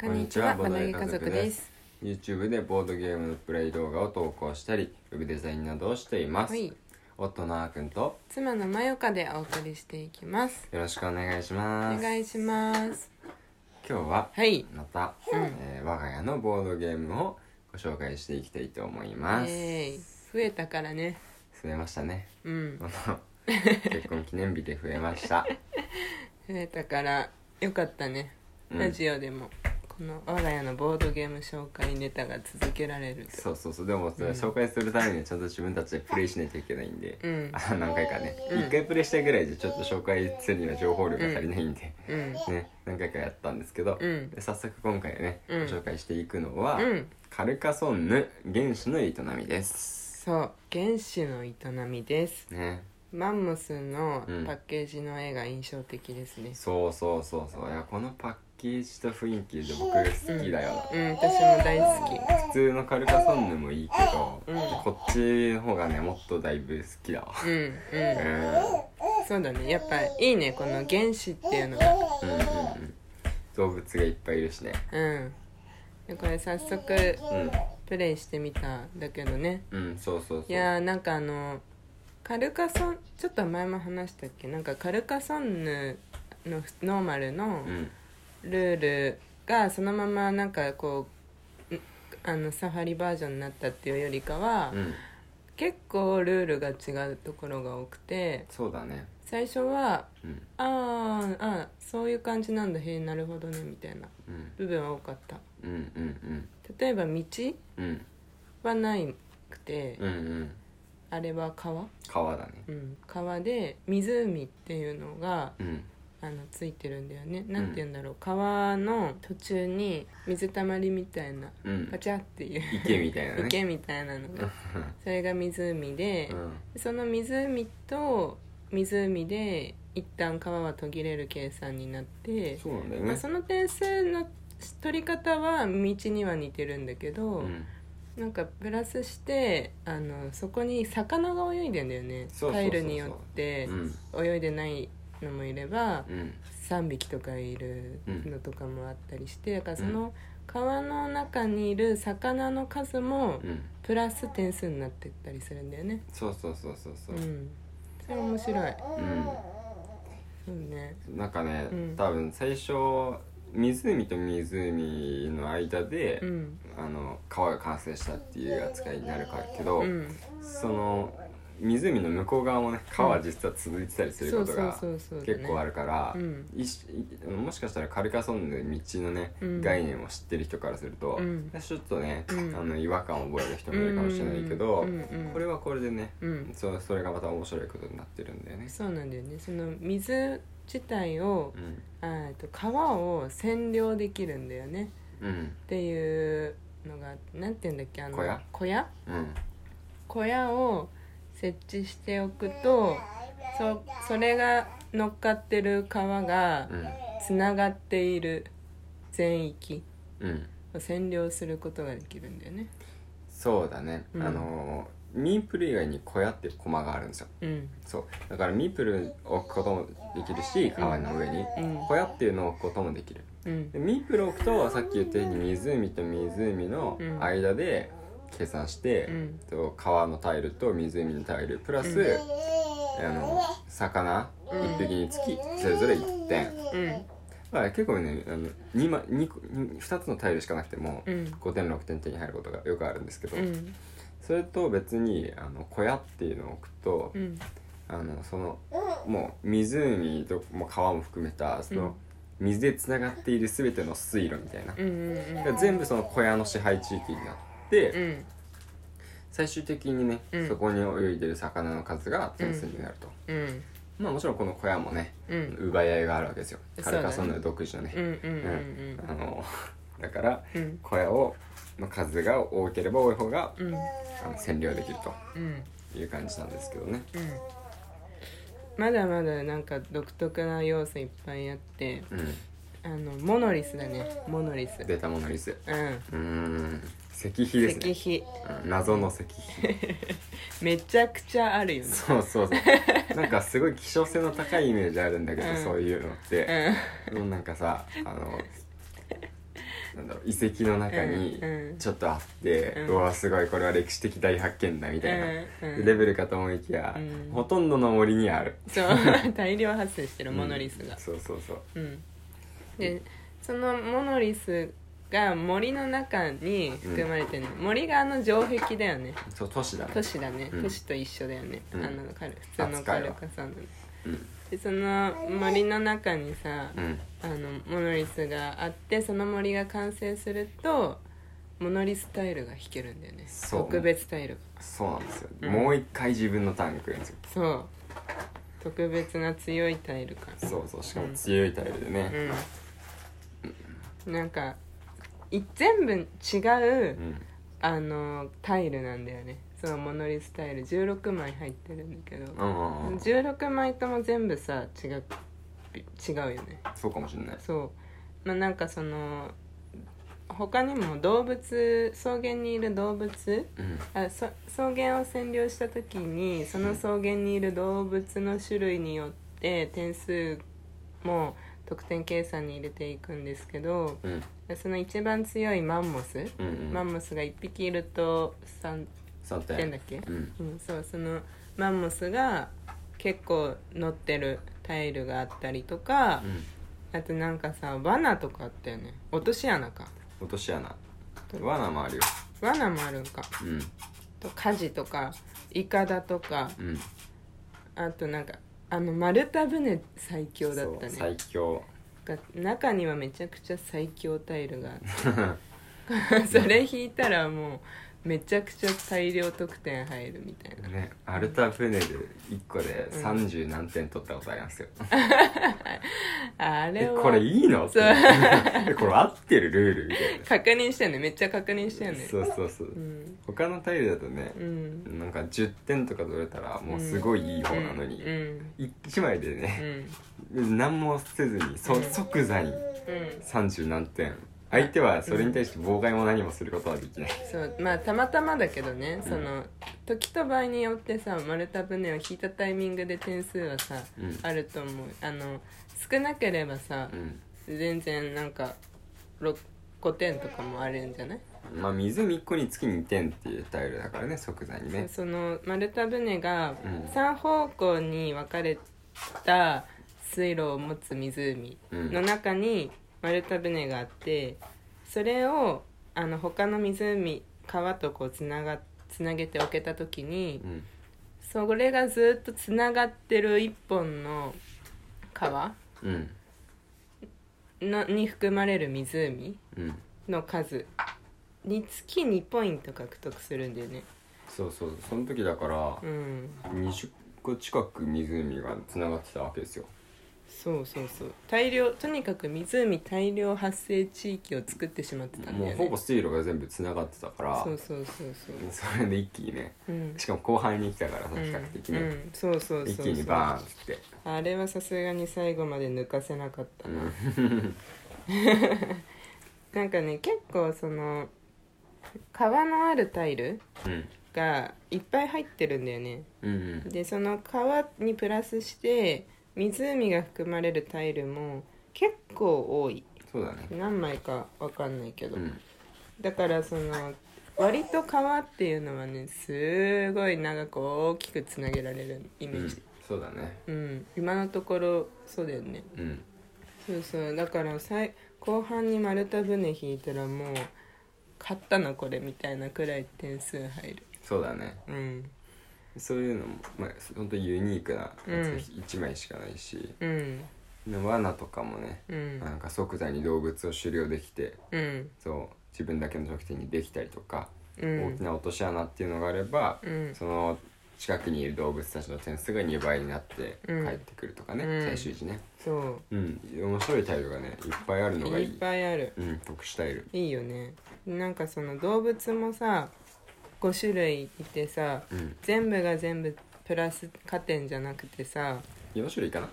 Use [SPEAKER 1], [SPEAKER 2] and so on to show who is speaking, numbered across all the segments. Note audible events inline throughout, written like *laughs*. [SPEAKER 1] こんにちは、
[SPEAKER 2] こ
[SPEAKER 1] ボ
[SPEAKER 2] ん
[SPEAKER 1] ド
[SPEAKER 2] に
[SPEAKER 1] ゲ
[SPEAKER 2] ちは
[SPEAKER 1] 家族です。
[SPEAKER 2] YouTube でボードゲームのプレイ動画を投稿したりウェブデザインなどをしています、
[SPEAKER 1] はい、
[SPEAKER 2] 夫のあーくんと
[SPEAKER 1] 妻のまよかでお送りしていきます。
[SPEAKER 2] よろしくお願いし
[SPEAKER 1] お
[SPEAKER 2] ます
[SPEAKER 1] 願いします。
[SPEAKER 2] 今日は
[SPEAKER 1] はい、
[SPEAKER 2] また、えー我が家のボードゲームをご紹介していきたいと思い
[SPEAKER 1] え
[SPEAKER 2] ます、
[SPEAKER 1] ー、増えたからね。
[SPEAKER 2] 増えましたね
[SPEAKER 1] うん、 *laughs*
[SPEAKER 2] この結婚記念日で増えました
[SPEAKER 1] 増えたからよかったね。
[SPEAKER 2] うん
[SPEAKER 1] ラジオでもこの我が家のボードゲーム紹介ネタが続けられると。
[SPEAKER 2] そうそうそうでもそれ紹介するためにはちゃんと自分たちでプレイしないといけないんで、
[SPEAKER 1] うん
[SPEAKER 2] あ何回かね、
[SPEAKER 1] うん
[SPEAKER 2] 一回プレイしたぐらいじゃちょっと紹介するには情報量が足りないんで、
[SPEAKER 1] うん、
[SPEAKER 2] ね、何回かやったんですけど、
[SPEAKER 1] うん
[SPEAKER 2] で早速今回ね、
[SPEAKER 1] うん
[SPEAKER 2] ご紹介していくのは、
[SPEAKER 1] うん、
[SPEAKER 2] カルカソンヌ原始の営みです、
[SPEAKER 1] そう、原始の営みです。
[SPEAKER 2] ね、
[SPEAKER 1] マンモスの
[SPEAKER 2] うん
[SPEAKER 1] パッケージの絵が印象的ですね。
[SPEAKER 2] そうそうそうそういやこのパッケージと雰囲気で僕好きだよな、
[SPEAKER 1] うん、私も大好き。
[SPEAKER 2] 普通のカルカソンヌもいいけど、
[SPEAKER 1] うん
[SPEAKER 2] こっちの方がねもっとだいぶ好きだわ、
[SPEAKER 1] うん、うん
[SPEAKER 2] う。ん
[SPEAKER 1] そうだねやっぱいいねこの原子っていうのが
[SPEAKER 2] うんうんうん動物がいっぱいいるしね
[SPEAKER 1] うんでこれ早速プレイしてみたんだけどね
[SPEAKER 2] うんうんそうそうそう
[SPEAKER 1] いやーなんかあのカルカソンちょっと前も話したっけなんかカルカソンヌのふノーマルの
[SPEAKER 2] うん
[SPEAKER 1] ルールがそのままなんかこうんあのサファリバージョンになったっていうよりかは
[SPEAKER 2] うん
[SPEAKER 1] 結構ルールが違うところが多くて
[SPEAKER 2] そうだね
[SPEAKER 1] 最初は
[SPEAKER 2] うん
[SPEAKER 1] あーあーそういう感じなんだへえなるほどねみたいな
[SPEAKER 2] うん
[SPEAKER 1] 部分は多かった
[SPEAKER 2] うんうん
[SPEAKER 1] 例えば道
[SPEAKER 2] うんうん
[SPEAKER 1] はないくて、
[SPEAKER 2] うんうん
[SPEAKER 1] あれは川、
[SPEAKER 2] 川だね
[SPEAKER 1] うん、川で湖っていうのが
[SPEAKER 2] うん
[SPEAKER 1] あのついてるんだよねなんて言うんだろう、川の途中に水たまりみたいな
[SPEAKER 2] うん
[SPEAKER 1] パチャっていう
[SPEAKER 2] 池みたいなね
[SPEAKER 1] 池みたいなのがそれが湖で
[SPEAKER 2] う、ん
[SPEAKER 1] その湖と湖で一旦川は途切れる計算になって、
[SPEAKER 2] そうなんだよ
[SPEAKER 1] まあ、
[SPEAKER 2] ね
[SPEAKER 1] その点数の取り方は道には似てるんだけど、
[SPEAKER 2] うん
[SPEAKER 1] なんかプラスしてあのそこに魚が泳いでんだよね
[SPEAKER 2] そうそうそうそう
[SPEAKER 1] タイルによって
[SPEAKER 2] うん
[SPEAKER 1] 泳いでないのもいれば、
[SPEAKER 2] うん
[SPEAKER 1] 3匹とかいるのとかもあったりしてだからその川の中にいる魚の数も
[SPEAKER 2] うん
[SPEAKER 1] プラス点数になってったりするんだよね
[SPEAKER 2] そうそうそうそう
[SPEAKER 1] う
[SPEAKER 2] そうん
[SPEAKER 1] それ面白いそうね
[SPEAKER 2] なんかね
[SPEAKER 1] うん
[SPEAKER 2] 多分最初湖と湖の間で
[SPEAKER 1] うん
[SPEAKER 2] あの川が完成したっていう扱いになるからけど、
[SPEAKER 1] うん
[SPEAKER 2] その湖の向こう側もね川実は続いてたりする
[SPEAKER 1] そ
[SPEAKER 2] こ
[SPEAKER 1] う
[SPEAKER 2] と
[SPEAKER 1] そう
[SPEAKER 2] が
[SPEAKER 1] そうそう
[SPEAKER 2] 結構あ
[SPEAKER 1] る
[SPEAKER 2] るから、
[SPEAKER 1] うん
[SPEAKER 2] いしいもしかしたらカルカソンヌの道のね、
[SPEAKER 1] うん
[SPEAKER 2] 概念を知ってる人からすると、
[SPEAKER 1] うん
[SPEAKER 2] ちょっとね、
[SPEAKER 1] うん
[SPEAKER 2] あの違和感を覚える人もいるかもしれないけど、
[SPEAKER 1] うんうんうん
[SPEAKER 2] これはこれでね、
[SPEAKER 1] うん
[SPEAKER 2] そうそれがまた面白いことになってるんだよね。
[SPEAKER 1] そうなんだよねその水自体を
[SPEAKER 2] うん
[SPEAKER 1] あーえっと川を占領できるんだよね
[SPEAKER 2] うん
[SPEAKER 1] っていうのがなんて言うんだっけあの
[SPEAKER 2] 小屋
[SPEAKER 1] 小屋
[SPEAKER 2] うん
[SPEAKER 1] 小屋を設置しておくとそそれが乗っかってる川が
[SPEAKER 2] うん
[SPEAKER 1] つながっている全域
[SPEAKER 2] うん
[SPEAKER 1] を占領することができるんだよね
[SPEAKER 2] そうだね、
[SPEAKER 1] うん
[SPEAKER 2] あのミープル以外に小屋っていうコマがあるんですよ。
[SPEAKER 1] うん
[SPEAKER 2] そうだからミープルを置くこともできるし川の上に
[SPEAKER 1] うん
[SPEAKER 2] 小屋っていうのを置くこともできる
[SPEAKER 1] うん
[SPEAKER 2] でミープルを置くとさっき言ったように湖と湖の
[SPEAKER 1] うん
[SPEAKER 2] 間で計算して、
[SPEAKER 1] うん
[SPEAKER 2] と川のタイルと湖のタイルプラス、
[SPEAKER 1] う
[SPEAKER 2] あの魚
[SPEAKER 1] うん
[SPEAKER 2] 1匹につきそれぞれ1点、
[SPEAKER 1] うん
[SPEAKER 2] まあ、結構ねあの 2, ま 2, 2つのタイルしかなくても
[SPEAKER 1] うん
[SPEAKER 2] 5点6点手に入ることがよくあるんですけど、
[SPEAKER 1] うん
[SPEAKER 2] それと別にあの小屋っていうのを置くと、
[SPEAKER 1] うん
[SPEAKER 2] あのそのもう湖ともう川も含めたその水でつながっている全ての水路みたいな
[SPEAKER 1] うんうん
[SPEAKER 2] が全部その小屋の支配地域になって、
[SPEAKER 1] うん
[SPEAKER 2] 最終的にね、
[SPEAKER 1] うん
[SPEAKER 2] そこに泳いでる魚の数が点数になると、
[SPEAKER 1] うん
[SPEAKER 2] まあもちろんこの小屋もね
[SPEAKER 1] うん
[SPEAKER 2] 奪い合いがあるわけですよ
[SPEAKER 1] そう
[SPEAKER 2] カ
[SPEAKER 1] だね
[SPEAKER 2] ルカソンヌ独自の
[SPEAKER 1] うんう
[SPEAKER 2] ね、
[SPEAKER 1] んうんうん
[SPEAKER 2] あの *laughs* だから
[SPEAKER 1] うん
[SPEAKER 2] 小屋をの数が多ければ多い方が
[SPEAKER 1] うん
[SPEAKER 2] あの占領できる
[SPEAKER 1] うん
[SPEAKER 2] という感じなんですけどね
[SPEAKER 1] うんまだまだなんか独特な要素いっぱいあって
[SPEAKER 2] うん
[SPEAKER 1] あのモノリスだねモノリス
[SPEAKER 2] 出たものリス
[SPEAKER 1] うん
[SPEAKER 2] うーん石碑ですね
[SPEAKER 1] 石碑
[SPEAKER 2] うん謎の石
[SPEAKER 1] *laughs*
[SPEAKER 2] 碑
[SPEAKER 1] めちゃくちゃあるよね
[SPEAKER 2] そうそうそうなんかすごい希少性の高いイメージあるんだけど、
[SPEAKER 1] うん
[SPEAKER 2] そういうのって、もうなんかさあのなんだろう遺跡の中に
[SPEAKER 1] うんうん
[SPEAKER 2] ちょっとあって、
[SPEAKER 1] う
[SPEAKER 2] うんわすごいこれは歴史的大発見だみたいな、
[SPEAKER 1] うんうん
[SPEAKER 2] レベルかと思いきや、
[SPEAKER 1] うん
[SPEAKER 2] ほとんどの森にある
[SPEAKER 1] そう *laughs* 大量発生してるモノリスが
[SPEAKER 2] うん、そうそうそう
[SPEAKER 1] うん、でそのモノリスが森の中に含まれてるの、森があの城壁だよね
[SPEAKER 2] そう都市だね
[SPEAKER 1] 都市だね、
[SPEAKER 2] うん
[SPEAKER 1] 都市と一緒だよね、
[SPEAKER 2] うん
[SPEAKER 1] あのカル普通の
[SPEAKER 2] 扱
[SPEAKER 1] カ
[SPEAKER 2] いは
[SPEAKER 1] ルカさんの
[SPEAKER 2] うん
[SPEAKER 1] でその森の中にさ、
[SPEAKER 2] うん
[SPEAKER 1] あのモノリスがあってその森が完成するとモノリスタイルが弾けるんだよね
[SPEAKER 2] そう
[SPEAKER 1] 特別タイルが
[SPEAKER 2] そうなんですよ、
[SPEAKER 1] うん
[SPEAKER 2] もう一回自分のターンが来るんですよ
[SPEAKER 1] そう特別な強いタイル感
[SPEAKER 2] そうそうしかも強いタイルでね、
[SPEAKER 1] うん、なんかい全部違う、
[SPEAKER 2] うん
[SPEAKER 1] あのタイルなんだよねそのモノリスタイル16枚入ってるんだけど、
[SPEAKER 2] うんうんうん、
[SPEAKER 1] 16枚とも全部さ違う違うよね
[SPEAKER 2] そうかもしれない
[SPEAKER 1] そうまあなんかその他にも動物草原にいる動物
[SPEAKER 2] うん
[SPEAKER 1] あそ草原を占領した時にその草原にいる動物の種類によって点数も得点計算に入れていくんですけど
[SPEAKER 2] うん
[SPEAKER 1] その一番強いマンモス、
[SPEAKER 2] うんうん
[SPEAKER 1] マンモスが1匹いると3
[SPEAKER 2] 3
[SPEAKER 1] 点
[SPEAKER 2] 点
[SPEAKER 1] だっけ、
[SPEAKER 2] うん
[SPEAKER 1] うん、そうそのマンモスが結構乗ってるタイルがあったりとか
[SPEAKER 2] う、ん
[SPEAKER 1] あとなんかさ罠とかあったよね落とし穴か
[SPEAKER 2] 落とし穴罠もあるよ
[SPEAKER 1] 罠もあるんか
[SPEAKER 2] うん
[SPEAKER 1] と火事とかイカダとか
[SPEAKER 2] うん
[SPEAKER 1] あとなんかあの丸太船最強だった
[SPEAKER 2] そう
[SPEAKER 1] ね
[SPEAKER 2] 最強
[SPEAKER 1] が中にはめちゃくちゃ最強タイルがあってそれ引いたらもうめちゃくちゃ大量得点入るみたいな
[SPEAKER 2] ねアルタ船で1個で30何点取ったことありますよ、
[SPEAKER 1] あれ
[SPEAKER 2] え
[SPEAKER 1] は
[SPEAKER 2] これいいのっ
[SPEAKER 1] そ
[SPEAKER 2] て
[SPEAKER 1] う
[SPEAKER 2] え *laughs* これ合ってるルールみたいな
[SPEAKER 1] 確認したよねめっちゃ確認したよね
[SPEAKER 2] そうそうそう、
[SPEAKER 1] ん
[SPEAKER 2] 他のタイルだとね
[SPEAKER 1] う、ん
[SPEAKER 2] なんか10点とか取れたらもうすごいいい方なのに、
[SPEAKER 1] うん
[SPEAKER 2] 1枚で
[SPEAKER 1] う
[SPEAKER 2] ね、
[SPEAKER 1] ん
[SPEAKER 2] 何もせずにそ即座に
[SPEAKER 1] うん
[SPEAKER 2] 30何点相手はそれに対して妨害も何もすることはできない、
[SPEAKER 1] そうまあたまたまだけどね、
[SPEAKER 2] うん
[SPEAKER 1] その時と場合によってさ丸太船を引いたタイミングで点数はさ、
[SPEAKER 2] うん
[SPEAKER 1] あると思うあの少なければさ、
[SPEAKER 2] うん
[SPEAKER 1] 全然なんかろ5点とかもあるんじゃない、
[SPEAKER 2] まあ湖1個につき2点っていうタイルだからね即座にね
[SPEAKER 1] その丸太船が
[SPEAKER 2] うん
[SPEAKER 1] 3方向に分かれた水路を持つ湖
[SPEAKER 2] うん
[SPEAKER 1] の中に丸太船があってそれをあの他の湖川とこうつながつなげておけた時に
[SPEAKER 2] うん
[SPEAKER 1] それがずっとつながってる一本の川
[SPEAKER 2] うん
[SPEAKER 1] のに含まれる湖
[SPEAKER 2] うん
[SPEAKER 1] の数につき2ポイント獲得するんだよね
[SPEAKER 2] そうそうその時だから
[SPEAKER 1] うん
[SPEAKER 2] 20個近く湖がつながってたわけですよ
[SPEAKER 1] そうそうそう大量とにかく湖大量発生地域を作ってしまってたんだ
[SPEAKER 2] も
[SPEAKER 1] よね
[SPEAKER 2] うほぼ水路が全部つながってたから
[SPEAKER 1] そうそうそうそう
[SPEAKER 2] それで一気にね
[SPEAKER 1] うん
[SPEAKER 2] しかも後半に来たからさ
[SPEAKER 1] う
[SPEAKER 2] 比
[SPEAKER 1] ん
[SPEAKER 2] 較的
[SPEAKER 1] う
[SPEAKER 2] ね
[SPEAKER 1] ん、そうそうそう
[SPEAKER 2] 一
[SPEAKER 1] そう
[SPEAKER 2] 気にバーンって
[SPEAKER 1] あれはさすがに最後まで抜かせなかった
[SPEAKER 2] う
[SPEAKER 1] な、
[SPEAKER 2] ん
[SPEAKER 1] なんかね結構その川のあるタイル
[SPEAKER 2] うん
[SPEAKER 1] がいっぱい入ってるんだよね
[SPEAKER 2] うん
[SPEAKER 1] でその川にプラスして湖が含まれるタイルも結構多い
[SPEAKER 2] そうだね
[SPEAKER 1] 何枚かわかんないけど、
[SPEAKER 2] うん
[SPEAKER 1] だからその割と川っていうのはねすごい長く大きくつなげられるイ
[SPEAKER 2] う
[SPEAKER 1] メー
[SPEAKER 2] ん
[SPEAKER 1] ジ、
[SPEAKER 2] そうだね
[SPEAKER 1] うん今のところそうだよね
[SPEAKER 2] うん
[SPEAKER 1] そうそうだからさい後半に丸太船引いたらもう勝ったなこれみたいなくらい点数入る
[SPEAKER 2] そうだね
[SPEAKER 1] うん
[SPEAKER 2] そういうのもまあ本当ユニークな
[SPEAKER 1] うん
[SPEAKER 2] 一枚しかないし
[SPEAKER 1] うん
[SPEAKER 2] 罠とかもね
[SPEAKER 1] うん
[SPEAKER 2] なんか即座に動物を狩猟できて
[SPEAKER 1] うん
[SPEAKER 2] そう自分だけの得点にできたりとか
[SPEAKER 1] う
[SPEAKER 2] 大
[SPEAKER 1] ん
[SPEAKER 2] きな落とし穴っていうのがあれば、
[SPEAKER 1] うん
[SPEAKER 2] その近くにいる動物たちの点数が2倍になって帰
[SPEAKER 1] うん
[SPEAKER 2] ってくるとかね、
[SPEAKER 1] うん
[SPEAKER 2] 最終時ね
[SPEAKER 1] そ
[SPEAKER 2] うん面白いタイルがねいっぱいある
[SPEAKER 1] う
[SPEAKER 2] のがい
[SPEAKER 1] い
[SPEAKER 2] い
[SPEAKER 1] っぱいある
[SPEAKER 2] うん特殊タイル
[SPEAKER 1] いいよねなんかその動物もさ5種類いてさ
[SPEAKER 2] うん
[SPEAKER 1] 全部が全部プラス加点じゃなくてさ
[SPEAKER 2] 4種類かな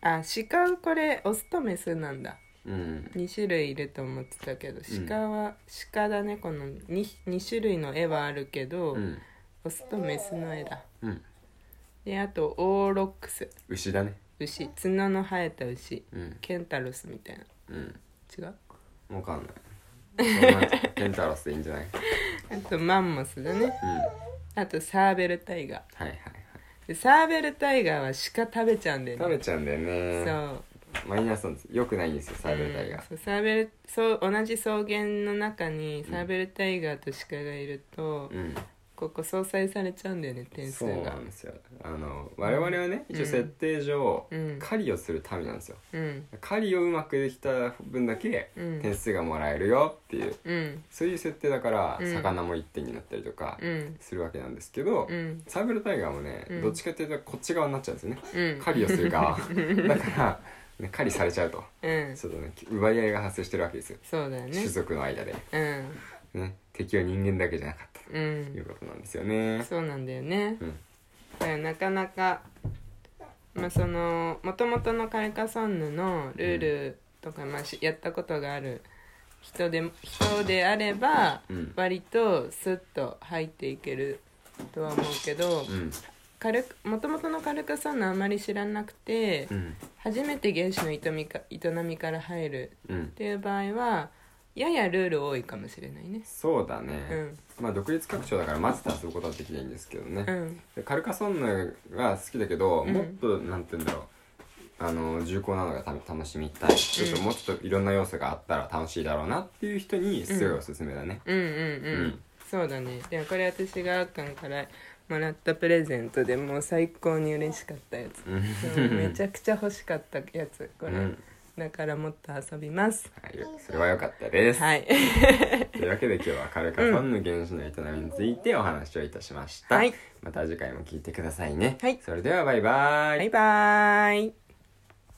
[SPEAKER 1] あ鹿これオスとメスなんだ
[SPEAKER 2] うん
[SPEAKER 1] 2種類いると思ってたけど
[SPEAKER 2] うん
[SPEAKER 1] 鹿は、鹿だねこの 2, 2種類の絵はあるけど、
[SPEAKER 2] うん
[SPEAKER 1] オスとメスの絵だ
[SPEAKER 2] うん
[SPEAKER 1] であとオーロックス
[SPEAKER 2] 牛だね
[SPEAKER 1] 牛角の生えた牛
[SPEAKER 2] うん
[SPEAKER 1] ケンタロスみたいな
[SPEAKER 2] うん
[SPEAKER 1] 違う
[SPEAKER 2] わかんな
[SPEAKER 1] *laughs*
[SPEAKER 2] いペンタロスでいいんじゃない
[SPEAKER 1] あとマンモスだね
[SPEAKER 2] うんはい
[SPEAKER 1] あとサーベルタイガー
[SPEAKER 2] はいはい
[SPEAKER 1] でサーベルタイガーは鹿食べちゃうんだよね
[SPEAKER 2] 食べちゃうんだよね
[SPEAKER 1] そう
[SPEAKER 2] マイナスなんですよくないんですよサーベルタイガー
[SPEAKER 1] うんそうサーベルそう同じ草原の中にサーベルタイガーと鹿がいると、
[SPEAKER 2] うん
[SPEAKER 1] ここ相殺されちゃうんだよね点数
[SPEAKER 2] そう
[SPEAKER 1] が
[SPEAKER 2] なんですよあの我々はね一応設定上、
[SPEAKER 1] うん
[SPEAKER 2] 狩りをする民なんですよ
[SPEAKER 1] うん
[SPEAKER 2] 狩りをうまくできた分だけ
[SPEAKER 1] うん
[SPEAKER 2] 点数がもらえるよっていう、
[SPEAKER 1] うん
[SPEAKER 2] そういう設定だから、
[SPEAKER 1] うん
[SPEAKER 2] 魚も1点になったりとか
[SPEAKER 1] うん
[SPEAKER 2] するわけなんですけど、
[SPEAKER 1] うん
[SPEAKER 2] サーベルタイガーもね、
[SPEAKER 1] うん
[SPEAKER 2] どっちかっていうとこっち側になっちゃうんですよね、
[SPEAKER 1] うん
[SPEAKER 2] 狩りをす
[SPEAKER 1] *laughs*
[SPEAKER 2] る側だから、ね、狩りされちゃうと
[SPEAKER 1] うん
[SPEAKER 2] ちょっとね奪い合いが発生してるわけですよ、
[SPEAKER 1] そうだよね
[SPEAKER 2] 種族の間で、
[SPEAKER 1] うん
[SPEAKER 2] ね、敵は人間だけじゃなかっ
[SPEAKER 1] う
[SPEAKER 2] たというんことなんですよね
[SPEAKER 1] そうなんだよね
[SPEAKER 2] うん
[SPEAKER 1] だからなかなかまあそのもともとのカリカソンヌのルールとか、まあ、しやったことがある人で人であれば、
[SPEAKER 2] うん
[SPEAKER 1] 割とスッと入っていけるとは思うけど
[SPEAKER 2] うん
[SPEAKER 1] もともとのカルカソンヌあまり知らなくて、
[SPEAKER 2] うん
[SPEAKER 1] 初めて原始の営みか営みから入る
[SPEAKER 2] うん
[SPEAKER 1] っていう場合はややルール多いかもしれないね
[SPEAKER 2] そうだね、
[SPEAKER 1] うん
[SPEAKER 2] まあ独立拡張だからマスターすることはできないんですけどね、
[SPEAKER 1] うん
[SPEAKER 2] でカルカソンヌが好きだけど、
[SPEAKER 1] うん
[SPEAKER 2] もっとなんて言うんだろうあの重厚なのがた楽しみたいちょっともうちょっといろんな要素があったら楽しいだろうなっていう人にすごいおすすめだね、
[SPEAKER 1] うんうんうん、
[SPEAKER 2] うん
[SPEAKER 1] そうだねでもこれ私があっかんからもらったプレゼントでもう最高に嬉しかったやつ
[SPEAKER 2] うん
[SPEAKER 1] そうめちゃくちゃ欲しかったやつこれ、
[SPEAKER 2] うん
[SPEAKER 1] だからもっと遊びます
[SPEAKER 2] はい、それは良かったです、
[SPEAKER 1] はい *laughs*
[SPEAKER 2] というわけで今日はカルカソンヌ原始の営みについてお話をいたしました、
[SPEAKER 1] はい
[SPEAKER 2] また次回も聞いてくださいね、
[SPEAKER 1] はい
[SPEAKER 2] それではバイバイ、
[SPEAKER 1] バイバーイ